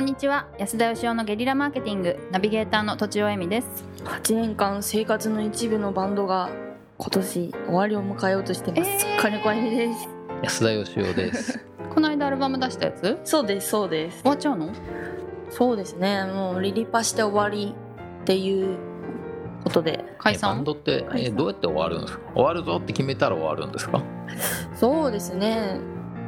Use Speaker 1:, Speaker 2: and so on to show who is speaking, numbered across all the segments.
Speaker 1: んにちは安田義雄のゲリラマーケティングナビゲーターの土地尾恵美です
Speaker 2: 8年間生活の一部のバンドが今年終わりを迎えようとしてます、
Speaker 1: えー
Speaker 2: 金子あゆみです
Speaker 3: 安田義雄です。
Speaker 1: この間アルバム出したやつ終
Speaker 2: そうですそうです
Speaker 1: わっちゃうの
Speaker 2: そうですねもうリリパして終わりっていうことで
Speaker 1: 解
Speaker 3: えバン
Speaker 1: 散
Speaker 3: ドって
Speaker 2: 解
Speaker 3: え
Speaker 2: 散
Speaker 3: どうやって終わるんですか。終わるぞって決めたら終わるんですか。
Speaker 2: そうですね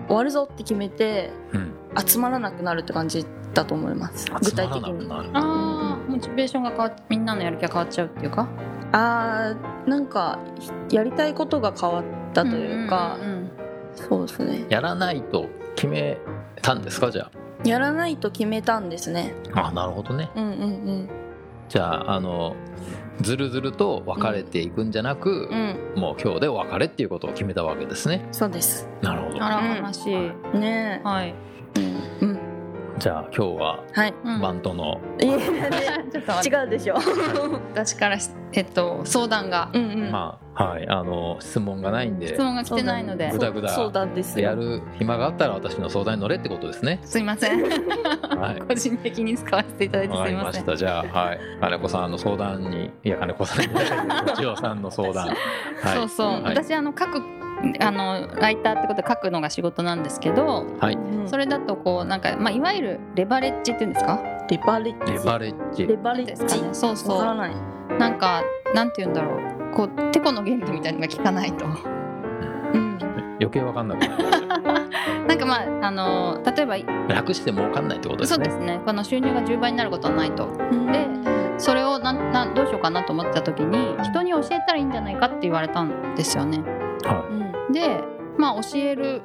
Speaker 2: 終わるぞって決めて
Speaker 3: うん。
Speaker 2: 集まらなくなるって感じだと思います具体的に
Speaker 3: なる。
Speaker 1: ああモチベーションが変わっみんなのやる気が変わっちゃうっていうか
Speaker 2: あーなんかやりたいことが変わったというか、
Speaker 1: んん
Speaker 2: そうですね
Speaker 3: やらないと決めたんですかじゃ
Speaker 2: やらないと決めたんですね
Speaker 3: あ。あなるほどね。
Speaker 2: うんうん
Speaker 3: じゃああのずるずると別れていくんじゃなく
Speaker 2: うんう、ん
Speaker 3: もう今日でお別れっていうことを決めたわけですね。
Speaker 2: そうです
Speaker 3: なるほど
Speaker 1: うんあ。ら
Speaker 2: うん
Speaker 1: 悲しい
Speaker 2: ね
Speaker 1: はい、
Speaker 2: えうん、うん、
Speaker 3: じゃあ今日は
Speaker 2: はい
Speaker 1: うん
Speaker 3: バンドの、
Speaker 2: いやね
Speaker 1: ちょっと待って
Speaker 2: 違うでしょ
Speaker 1: 私からしえっと相談が
Speaker 2: うんうん
Speaker 3: まあはいあの質問がないんで
Speaker 1: 質。問が来てないので
Speaker 3: ぐだぐだ
Speaker 2: そうなんですよ
Speaker 3: やる暇があったら私の相談に乗れってことですね。
Speaker 1: すいません
Speaker 3: はい。
Speaker 1: 個人的に使わせていただいて
Speaker 3: わ
Speaker 1: す
Speaker 3: か
Speaker 1: い
Speaker 3: り
Speaker 1: ま
Speaker 3: ま
Speaker 1: せ
Speaker 3: し
Speaker 1: ん
Speaker 3: た。じゃあ、はい、金子さんの相談に、いや、金子さんじゃないです。千代さんの相 談。はい。
Speaker 1: そうそう、
Speaker 3: はい
Speaker 1: 私あの書くあのライターってことで書くのが仕事なんですけど
Speaker 3: はい。
Speaker 2: うん
Speaker 1: それだとこうなんか、まあ、いわゆるレバレッジっていうんですか
Speaker 2: レバレッジ
Speaker 3: レバレッジ
Speaker 2: レ。バレ
Speaker 1: なんていうんです
Speaker 2: ッジ
Speaker 1: かねそうそ
Speaker 2: わから
Speaker 1: う
Speaker 2: ない
Speaker 1: なんかなんて言うんだろうこうてこの原理みたいなのが効かないと
Speaker 2: うん
Speaker 3: 余計わかんなくな
Speaker 1: なんかまああの例えば
Speaker 3: る。楽して儲かんないってことです
Speaker 1: そうで
Speaker 3: ね。
Speaker 1: すねこの収入が10倍になることはないと
Speaker 2: で
Speaker 1: それをなんなんどうしようかなと思ってた時に人に教えたらいいんじゃないかって言われたんですよね
Speaker 3: は
Speaker 1: でまあ教える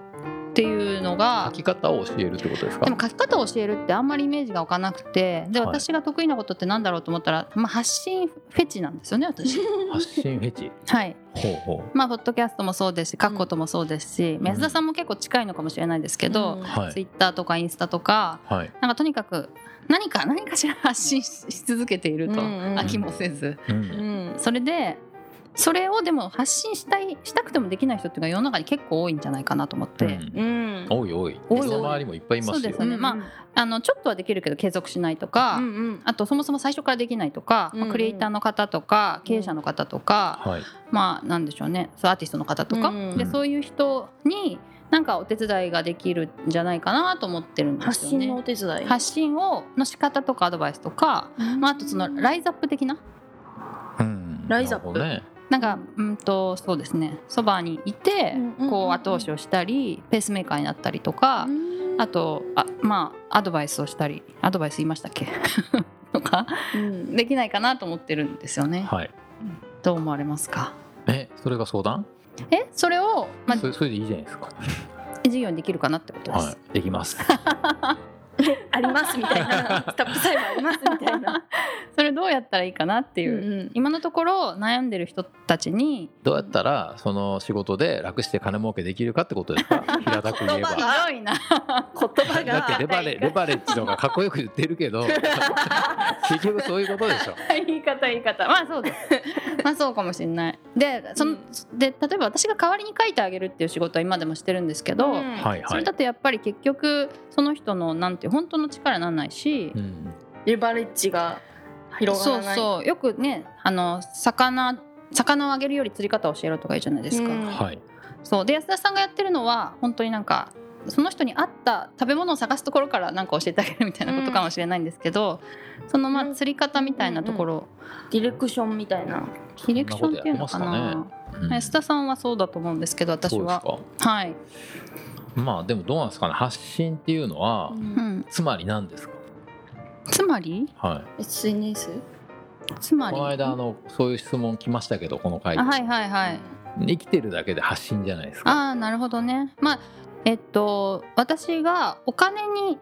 Speaker 1: っていうの
Speaker 3: い。書
Speaker 1: が
Speaker 3: き方を教えるってことですか
Speaker 1: で。も書き方を教えるってあんまりイメージが湧かなくてで
Speaker 3: はい
Speaker 1: 私が得意なことってなんだろうと思ったら、まあ、発信フェチなんですよね 私
Speaker 3: 発信フェチ。
Speaker 1: はい
Speaker 3: ほうほう。
Speaker 1: まあポッドキャストもそうですし書くこともそうですし、安田さんも結構近いのかもしれないですけど、
Speaker 3: は
Speaker 1: ツイ
Speaker 3: い。
Speaker 1: ッターとかインスタとか
Speaker 3: はい。
Speaker 1: なんかとにかく何か何かしら発信しし続けていると、
Speaker 2: うんうん
Speaker 1: 飽きもせず
Speaker 3: う。
Speaker 2: うんん
Speaker 1: それでそれをでも発信したいしたくてもできない人っていうのが世の中に結構多いんじゃないかなと思って、
Speaker 3: うん
Speaker 2: うん
Speaker 3: おいおい。
Speaker 1: おいおい
Speaker 3: 僕の周りもいっぱいいま
Speaker 1: そう
Speaker 3: す
Speaker 1: で
Speaker 3: よ
Speaker 1: す。ねまあのちょっとはできるけど継続しないとか、
Speaker 2: あうんうん
Speaker 1: あとそもそも最初からできないとか、まあ
Speaker 2: うんうん
Speaker 1: クリエイターの方とか経営者の方とか、
Speaker 3: はい。
Speaker 1: まあなんでしょうねそうアーティストの方とか、
Speaker 2: うん
Speaker 1: でそういう人になんかお手伝いができるんじゃないかなと思ってるんです
Speaker 2: 発
Speaker 1: よね。
Speaker 2: 信のお手伝い
Speaker 1: 発信をの仕方とかアドバイスとか、まあ、あとそのライズアップ的な
Speaker 3: うん。
Speaker 2: ライズアップ
Speaker 3: なる
Speaker 1: なんかうんとそうですねそばにいて
Speaker 2: うんうんうんうん
Speaker 1: こう後押しをしたりペースメーカーになったりとかあとあまあアドバイスをしたりアドバイス言いましたっけ とか
Speaker 2: うん
Speaker 1: できないかなと思ってるんですよね。
Speaker 3: ほどね。はい。
Speaker 1: どう思われますか
Speaker 3: え、それが相談。
Speaker 1: えそれを、まあ、
Speaker 3: それ、それでいいじゃないですか。
Speaker 1: 授業にできるかなってことです。
Speaker 3: はい。できます。
Speaker 2: ありますみたい なスタップ細胞ありますみたいな
Speaker 1: それどうやったらいいかなっていう、
Speaker 2: うん
Speaker 1: 今のところ悩んでる人たちに
Speaker 3: どうやったらその仕事で楽して金儲けできるかってことで すか平たく言
Speaker 2: 言
Speaker 3: えば
Speaker 2: 葉
Speaker 1: いな
Speaker 2: 言葉
Speaker 3: だって
Speaker 2: が
Speaker 3: レバレレバレッジとかかっこよく言ってる けど結局そういうことでしょ
Speaker 1: 言い方言い方まあそうですまあそうかもしれないでその、で例えば私が代わりに書いてあげるっていう仕事は今でもしてるんですけど、
Speaker 2: うん
Speaker 3: はい
Speaker 1: そ
Speaker 3: は
Speaker 1: れ
Speaker 3: い
Speaker 1: だとやっぱり結局その人のなんて本当の力にならないし、
Speaker 3: うん
Speaker 2: レバレッジが広がらない
Speaker 1: そうそうよくねあの魚魚をあげるより釣り方を教えろとか言うじゃないですか、
Speaker 2: うん
Speaker 3: はい
Speaker 1: そうで安田さんがやってるのは本当になんかその人に合った食べ物を探すところからなんか教えてあげるみたいなことかもしれないんですけど、そのまあ
Speaker 2: うん
Speaker 1: 釣り方みたいなところ、
Speaker 2: ディレクションみたいな
Speaker 1: ディレクションっていうのかな
Speaker 3: そんなことやってうん
Speaker 1: 安田さんはそうだと思うんですけど私
Speaker 3: そうです
Speaker 1: は
Speaker 3: か
Speaker 1: はい、
Speaker 3: まあでもどうなんですかね発信っていうのは
Speaker 1: うん、
Speaker 3: つまり何ですか
Speaker 1: つまり
Speaker 3: はい
Speaker 2: SNS
Speaker 1: つま
Speaker 3: こ
Speaker 1: り
Speaker 3: の間あのそういう質問来ましたけどこの回
Speaker 1: あはいはいはい
Speaker 3: 生きてるだけで発信じゃないですか
Speaker 1: ああなるほどねまあえっと私がお金に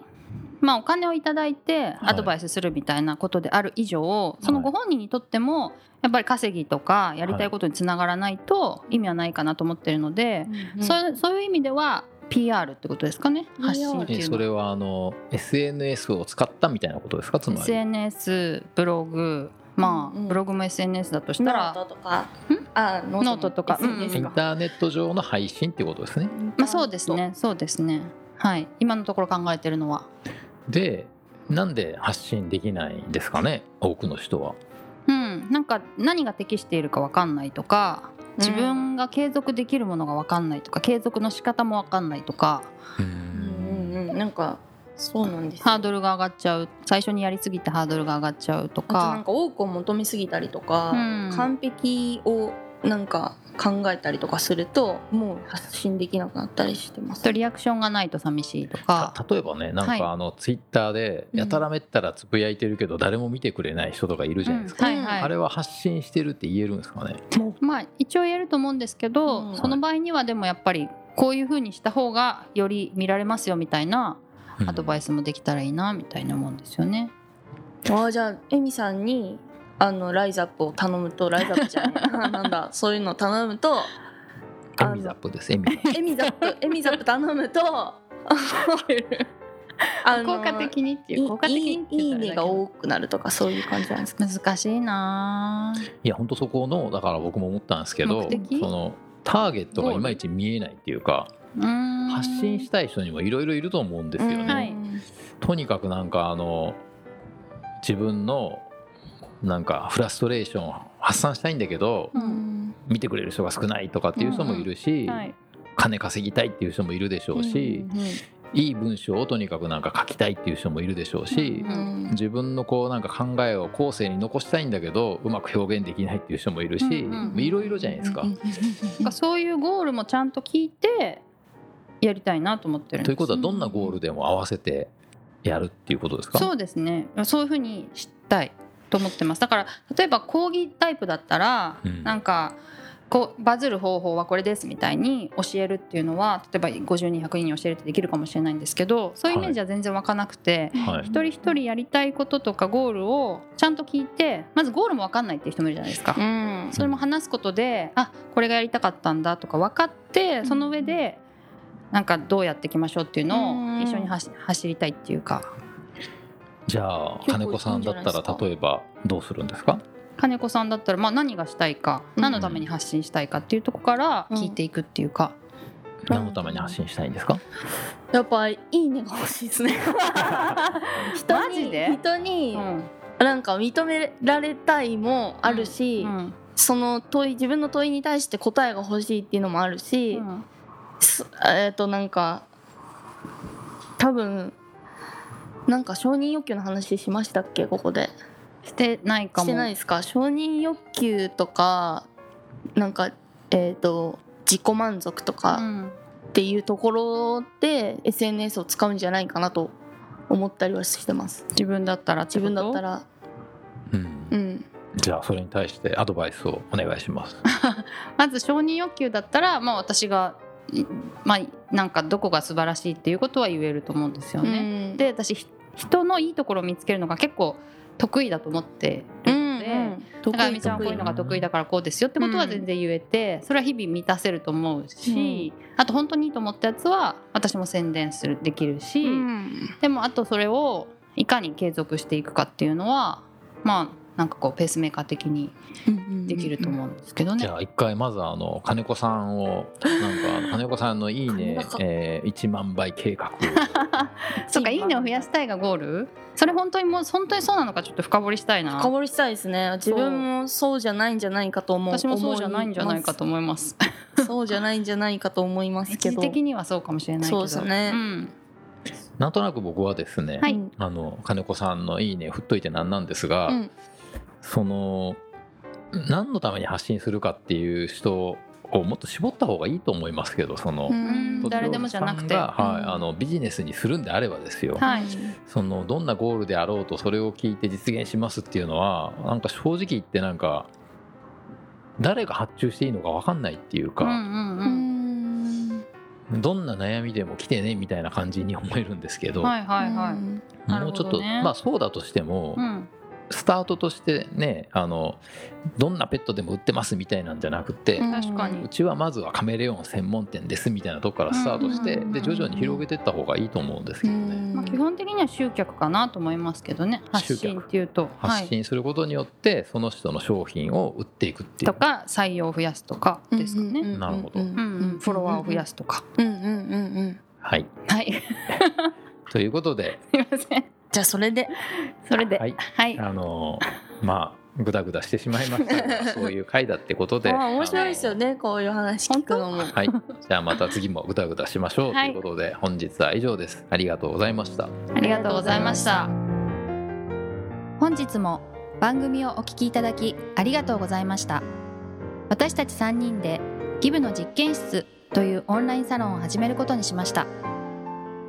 Speaker 1: まあお金をいただいてアドバイスするみたいなことである以上、そのご本人にとってもやっぱり稼ぎとかやりたいことにつながらないと意味はないかなと思ってるので、
Speaker 2: そ
Speaker 1: そうそういう意味では PR ってことですかね
Speaker 2: PR
Speaker 1: 発信って
Speaker 3: え
Speaker 1: いう
Speaker 3: そ
Speaker 1: のは
Speaker 3: れはあの SNS を使ったみたいなことですかつまり
Speaker 1: SNS ブログまあ、
Speaker 2: うんうん
Speaker 1: ブログも SNS だとした
Speaker 2: ノ
Speaker 1: ら
Speaker 2: ートとかあノ
Speaker 1: ノートとかうん
Speaker 3: イ
Speaker 2: SNS
Speaker 3: ン
Speaker 2: か
Speaker 3: ターネット上の配信ってことですね
Speaker 1: まあそうですねそうですねはい今のところ考えてるのは
Speaker 3: でなんで発信できないんですかね多くの人は。
Speaker 1: うん、なんか何が適しているか分かんないとか自分が継続できるものが分かんないとか継続の仕方も分かんないとか
Speaker 2: うんうんうんなんかそうなんですよ
Speaker 1: ハードルが上がっちゃう最初にやりすぎてハードルが上がっちゃうと
Speaker 2: あとなん
Speaker 1: か
Speaker 2: か多くを求めすぎたりとか、
Speaker 1: うん
Speaker 2: 完璧をなんか考えたりとかするともう発信できなくなったりしてます
Speaker 1: とリアクションがないと寂しいとか
Speaker 3: た例えばねなん
Speaker 1: はい
Speaker 3: かあのツイッターで
Speaker 2: うん
Speaker 3: やたらめったらつぶやいてるけど誰も見てくれない人とかいるじゃないですか、
Speaker 1: うんはいはい、
Speaker 3: あれは発信してるって言えるんですかね
Speaker 1: まあ一応言えると思うんですけど、
Speaker 2: うん
Speaker 1: その場合にはでもやっぱりこういう風にした方がより見られますよみたいなアドバイ
Speaker 3: ス
Speaker 1: スもできたらいいなみたいな思うんですよね。
Speaker 2: あーじゃあエミさんにあのライザップを頼むとライザップじゃねえなんだそういう のを頼む と
Speaker 3: エミザップですエミザップ
Speaker 2: エミザップエミザップ頼む とあの
Speaker 1: 効果的にっていう
Speaker 2: い
Speaker 1: 効果的にって
Speaker 2: いい
Speaker 1: 言
Speaker 2: い
Speaker 1: ったらだけ
Speaker 2: ねが
Speaker 1: ど
Speaker 2: 多くなるとかそういう感じなんですか
Speaker 1: 難しいなぁ
Speaker 3: いや本当そこのだから僕も思ったんですけど
Speaker 1: 目的
Speaker 3: そのターゲットがいまいち見えないっていうか
Speaker 1: うーん
Speaker 3: 発信したい人にもいろいろいると思うんですよね、
Speaker 2: うん
Speaker 1: はい
Speaker 3: とにかくなんかあの自分のなんかフラストレーションを発散したいんだけど
Speaker 1: う
Speaker 2: うんん
Speaker 3: 見てくれる人が少ないとかっていう人もいるし、
Speaker 1: はい
Speaker 3: 金稼ぎたいっていう人もいるでしょうし、
Speaker 2: うんうん
Speaker 3: いい文章をとにかくなんか書きたいっていう人もいるでしょうし
Speaker 1: う、ん
Speaker 3: 自分のこうなんか考えを後世に残したいんだけどうまく表現できないっていう人もいるし
Speaker 1: うんうんうん
Speaker 3: いろいろじゃないですか。
Speaker 2: うんうん
Speaker 1: なんかそういうゴールもちゃんと聞いてやりたいなと思ってるんで
Speaker 3: という
Speaker 1: す
Speaker 3: ことはどんなゴールでも合わせてやるっていうことですか
Speaker 1: そうですねそういうふうにしたいと思ってますだから例えば講義タイプだったら、
Speaker 3: うん
Speaker 1: なんかこうバズる方法はこれですみたいに教えるっていうのは例えば50人100人に教えるってできるかもしれないんですけどそういうイメージは全然湧かなくて、
Speaker 3: はい
Speaker 1: 一人一人やりたいこととかゴールをちゃんと聞いてまずゴールも分かんないっていう人もいるじゃないですか。
Speaker 2: うん
Speaker 1: それも話すことであこれがやりたかったんだとか分かってその上でなんかどうやっていきましょうっていうのを一緒に走走りたいっていうか
Speaker 3: じゃあ金子さんだっ
Speaker 2: 結
Speaker 3: た
Speaker 2: 構いいんじゃないです
Speaker 3: ら
Speaker 2: か
Speaker 3: 例えばどうするんですか
Speaker 1: 金子さんだったら、まあ、何がしたいか
Speaker 2: うん
Speaker 1: 何のために発信したいかっていうとこから聞いていくっていうか、
Speaker 3: 何のために発信したいんですか
Speaker 2: やっぱいいねが欲しいですね人に
Speaker 1: マジで
Speaker 2: 人になんか認められたいもあるし、
Speaker 1: うん
Speaker 2: その問い自分の問いに対して答えが欲しいっていうのもあるし、すえっ、となんか多分なんか承認欲求の話しましたっけここで
Speaker 1: してないか
Speaker 2: し
Speaker 1: も
Speaker 2: てないですか承認欲求とかなんかえっ、と自己満足と
Speaker 1: う
Speaker 2: か
Speaker 1: ん
Speaker 2: っていうところで SNS を使うんじゃないかなと思ったりはしてます
Speaker 1: 自分だったら
Speaker 2: 自分だった
Speaker 1: ら
Speaker 2: ら
Speaker 3: うん
Speaker 2: うん
Speaker 3: じゃあそれに対してアドバイスをお願いします。
Speaker 1: まず承認欲求だったら、まあ、私が、いまあ、なんかどこが素晴らしいっていうことは言えると思うんですよね。
Speaker 2: うん
Speaker 1: で私ひ人のいいところを見つけるのが結構得意だと思って
Speaker 2: う
Speaker 1: る
Speaker 2: ん
Speaker 1: ので。
Speaker 2: 得
Speaker 1: だからみーちゃんはこういうのが得意だからこうですよってことは全然言えて、それは日々満たせると思うし、あと本当にいいと思ったやつは私も宣伝するできるし、
Speaker 2: うん
Speaker 1: でもあとそれをいかに継続していくかっていうのはまあなんかこうペースメーカー的にできると思うんですけどね。
Speaker 3: じゃあ一回まずあの金子さんをなんかあの金子さんのいいね
Speaker 2: 金子、
Speaker 3: えー、1万倍計画を
Speaker 1: そうかいいねを増やしたいがゴールそれ本当にもう本当にそうなのかちょっと深掘りしたいな
Speaker 2: 深掘りしたいですね自分もそうじゃないんじゃないかと思う
Speaker 1: 私もそうじゃないんじゃないかと思います
Speaker 2: 思いますそうじゃないんじゃないかと思いますけ
Speaker 1: 一時
Speaker 2: ど
Speaker 1: 的にはそうかもしれないけど
Speaker 2: そうですね
Speaker 1: ん
Speaker 3: なんとなく僕はですね、
Speaker 1: はい
Speaker 2: うん
Speaker 3: あの金子さんの「いいね」振っといてなんなんですが、
Speaker 2: うん
Speaker 3: その何のために発信するかっていう人をもっと絞った方がいいと思いますけどその、
Speaker 1: ん
Speaker 3: とちおさんが
Speaker 1: 誰でもじゃなくて
Speaker 3: はい
Speaker 2: うん
Speaker 3: あのビジネスにするんであればですよ、
Speaker 1: はい
Speaker 3: そのどんなゴールであろうとそれを聞いて実現しますっていうのはなんか正直言ってなんか誰が発注していいのか分かんないっていう
Speaker 1: うんう
Speaker 3: か、
Speaker 1: ん
Speaker 2: う
Speaker 1: うん
Speaker 2: ん
Speaker 3: どんな悩みでも来てねみたいな感じに思えるんですけど、
Speaker 1: はいはいはい。なるほ
Speaker 3: もうちょっ
Speaker 1: ど
Speaker 3: と、
Speaker 1: ね
Speaker 3: まあそうだとしても、
Speaker 1: うん、
Speaker 3: スタートとしてねあのどんなペットでも売ってますみたいなんじゃなくて、
Speaker 1: ん確か
Speaker 3: う
Speaker 1: に
Speaker 3: ちはまずはカメレオン専門店ですみたいなとこからスタートし
Speaker 2: うん
Speaker 3: て、
Speaker 2: うんうんうん
Speaker 3: で徐々に広げていった方がいいと思うんですけどね。
Speaker 1: まあ、基本的には集客かなと思いますけどね発
Speaker 3: 集客
Speaker 1: 信っていうと、は
Speaker 3: 発
Speaker 1: い、
Speaker 3: 信することによってその人の商品を売っていくってい
Speaker 1: と
Speaker 3: う
Speaker 1: か採用を増やすとかですかね、
Speaker 3: なるほど
Speaker 1: うんうん、フォロワーを増や
Speaker 2: す
Speaker 1: すとか、
Speaker 2: うんうんうんうん
Speaker 3: はい
Speaker 1: はい
Speaker 3: ということで、
Speaker 1: すいません
Speaker 2: じゃあそれで
Speaker 1: それでは
Speaker 3: はいい、
Speaker 1: はい
Speaker 3: あのまあグダグダしてしまいました がそういう回だってことで
Speaker 2: あ面白いですよねこういう話聞くのも
Speaker 3: あのはいじゃあまた次もグダグダしましょうと
Speaker 1: はい
Speaker 3: いうことで本日は以上ですありがとうございました
Speaker 1: ありがとうございました本日も番組をお聞きいただきありがとうございました私たち3人でギブの実験室というオンラインサロンを始めることにしました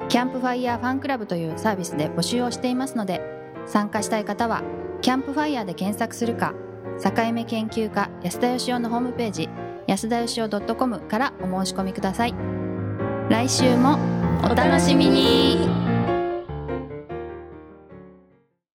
Speaker 1: キャンプファイヤーファンクラブというサービスで募集をしていますので参加したい方はキャンプファイヤーで検索するか境目研究家安田義雄のホームページ安田義雄 .com からお申し込みください来週もお楽しみに